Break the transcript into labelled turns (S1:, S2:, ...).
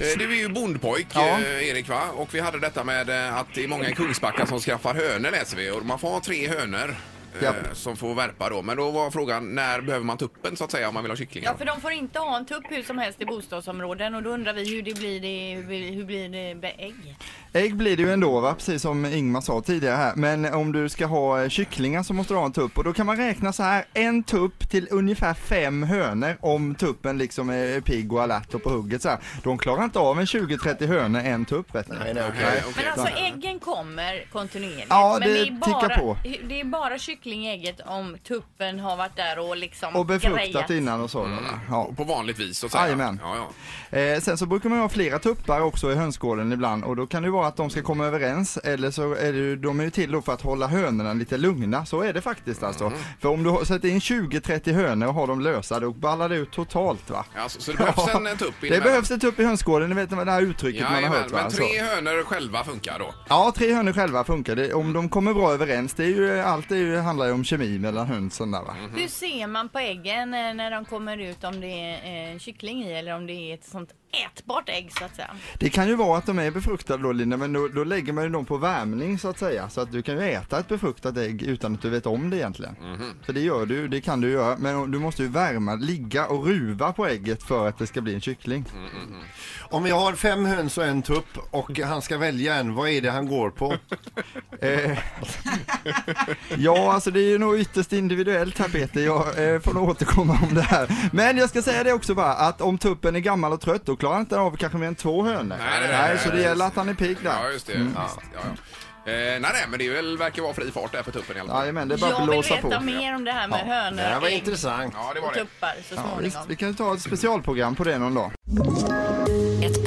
S1: Eh, Du är ju bondpojk,
S2: Ja.
S1: eh, Erik, va? Och vi hade detta med eh, att det är många i Kungsbacka som skaffar hönor, läser vi. Och man får ha tre hönor. eh,
S2: Japp.
S1: Som får värpa då. Men då var frågan, när behöver man tuppen så att säga om man vill ha kycklingar?
S3: Ja, för de får inte ha en tupp hur som helst i bostadsområden och då undrar vi hur det blir, det, hur blir- hur blir det med ägg?
S2: Ägg blir det ju ändå va, precis som Ingmar sa tidigare här. Men om du ska ha eh, kycklingar så måste du ha en tupp och då kan man räkna så här, en tupp till ungefär fem hönor om tuppen liksom är pigg och alert och på hugget så här. De klarar inte av en 20-30 hönor en tupp vet ni.
S4: Nej, nej, okej.
S1: Nej,
S3: Men
S1: okej.
S3: alltså äggen kommer kontinuerligt.
S2: Ja,
S3: men
S2: det
S3: är bara,
S2: tickar på.
S3: Det är bara kycklingägget om tuppen har varit där och liksom
S2: Och befruktat
S3: grejat.
S2: innan och så. Ja.
S1: På vanligt vis så att säga.
S2: Jajamän.
S1: Ja, ja.
S2: Eh, sen så brukar man ju ha flera tuppar också i hönsgården ibland och då kan det ju vara att de ska komma överens eller så är det, ju- de är ju till då för att hålla hönorna lite lugna. Så är det faktiskt alltså.
S1: Mm.
S2: För om du har- sätter in 20-30 hönor och har dem lösa då ballar det ut totalt va.
S1: Alltså, så det behövs en eh, tupp
S2: Det
S1: emellan.
S2: behövs en tupp i hönsgården, ni vet vad det här uttrycket man har
S1: Jajamän,
S2: hört va.
S1: men
S2: Så.
S1: tre hönor själva funkar då?
S2: Ja, tre hönor själva funkar. Det, om de kommer bra överens, det är ju, allt det är ju, handlar ju om kemi mellan hönsen där va.
S1: Mm.
S3: Hur ser man på äggen eh, när de kommer ut om det är eh, en kyckling i eller om det är ett sånt ätbart ägg så att säga?
S2: Det kan ju vara att de är befruktade då Linda, men då, då lägger man ju dem på värmning så att säga. Så att du kan ju äta ett befruktat ägg utan att du vet om det egentligen.
S1: Mhm.
S2: För det gör du, det kan du göra. Men du måste ju värma, ligga och ruva på ägget för att det ska bli en kyckling.
S1: Mm.
S4: Om vi har fem höns och en tupp och han ska välja en, vad är det han går på?
S2: Eh, ja, alltså det är ju nog ytterst individuellt här Peter. Jag eh, får nog återkomma om det här. Men jag ska säga det också bara, att om tuppen är gammal och trött då klarar han inte av kanske mer än två hönor. Nej,
S1: nej, nej,
S2: så det
S1: nej.
S2: gäller att han är pigg där.
S1: Ja, just det.
S2: Mm.
S1: Ja, ja, ja. Eh, nej, nej, men det är väl, verkar vara fri fart där för tuppen i alla fall.
S2: Jajamän, det är bara
S3: Jag
S2: att
S3: vill
S2: blåsa
S3: veta
S2: på.
S3: mer om det här med
S4: Det här
S3: hönor,
S4: var
S3: ägg
S4: intressant.
S1: Ja, det var
S3: och
S1: det.
S3: tuppar så
S2: Ja,
S3: småningom.
S2: visst, vi kan ju ta ett specialprogram på det någon dag.
S5: Ett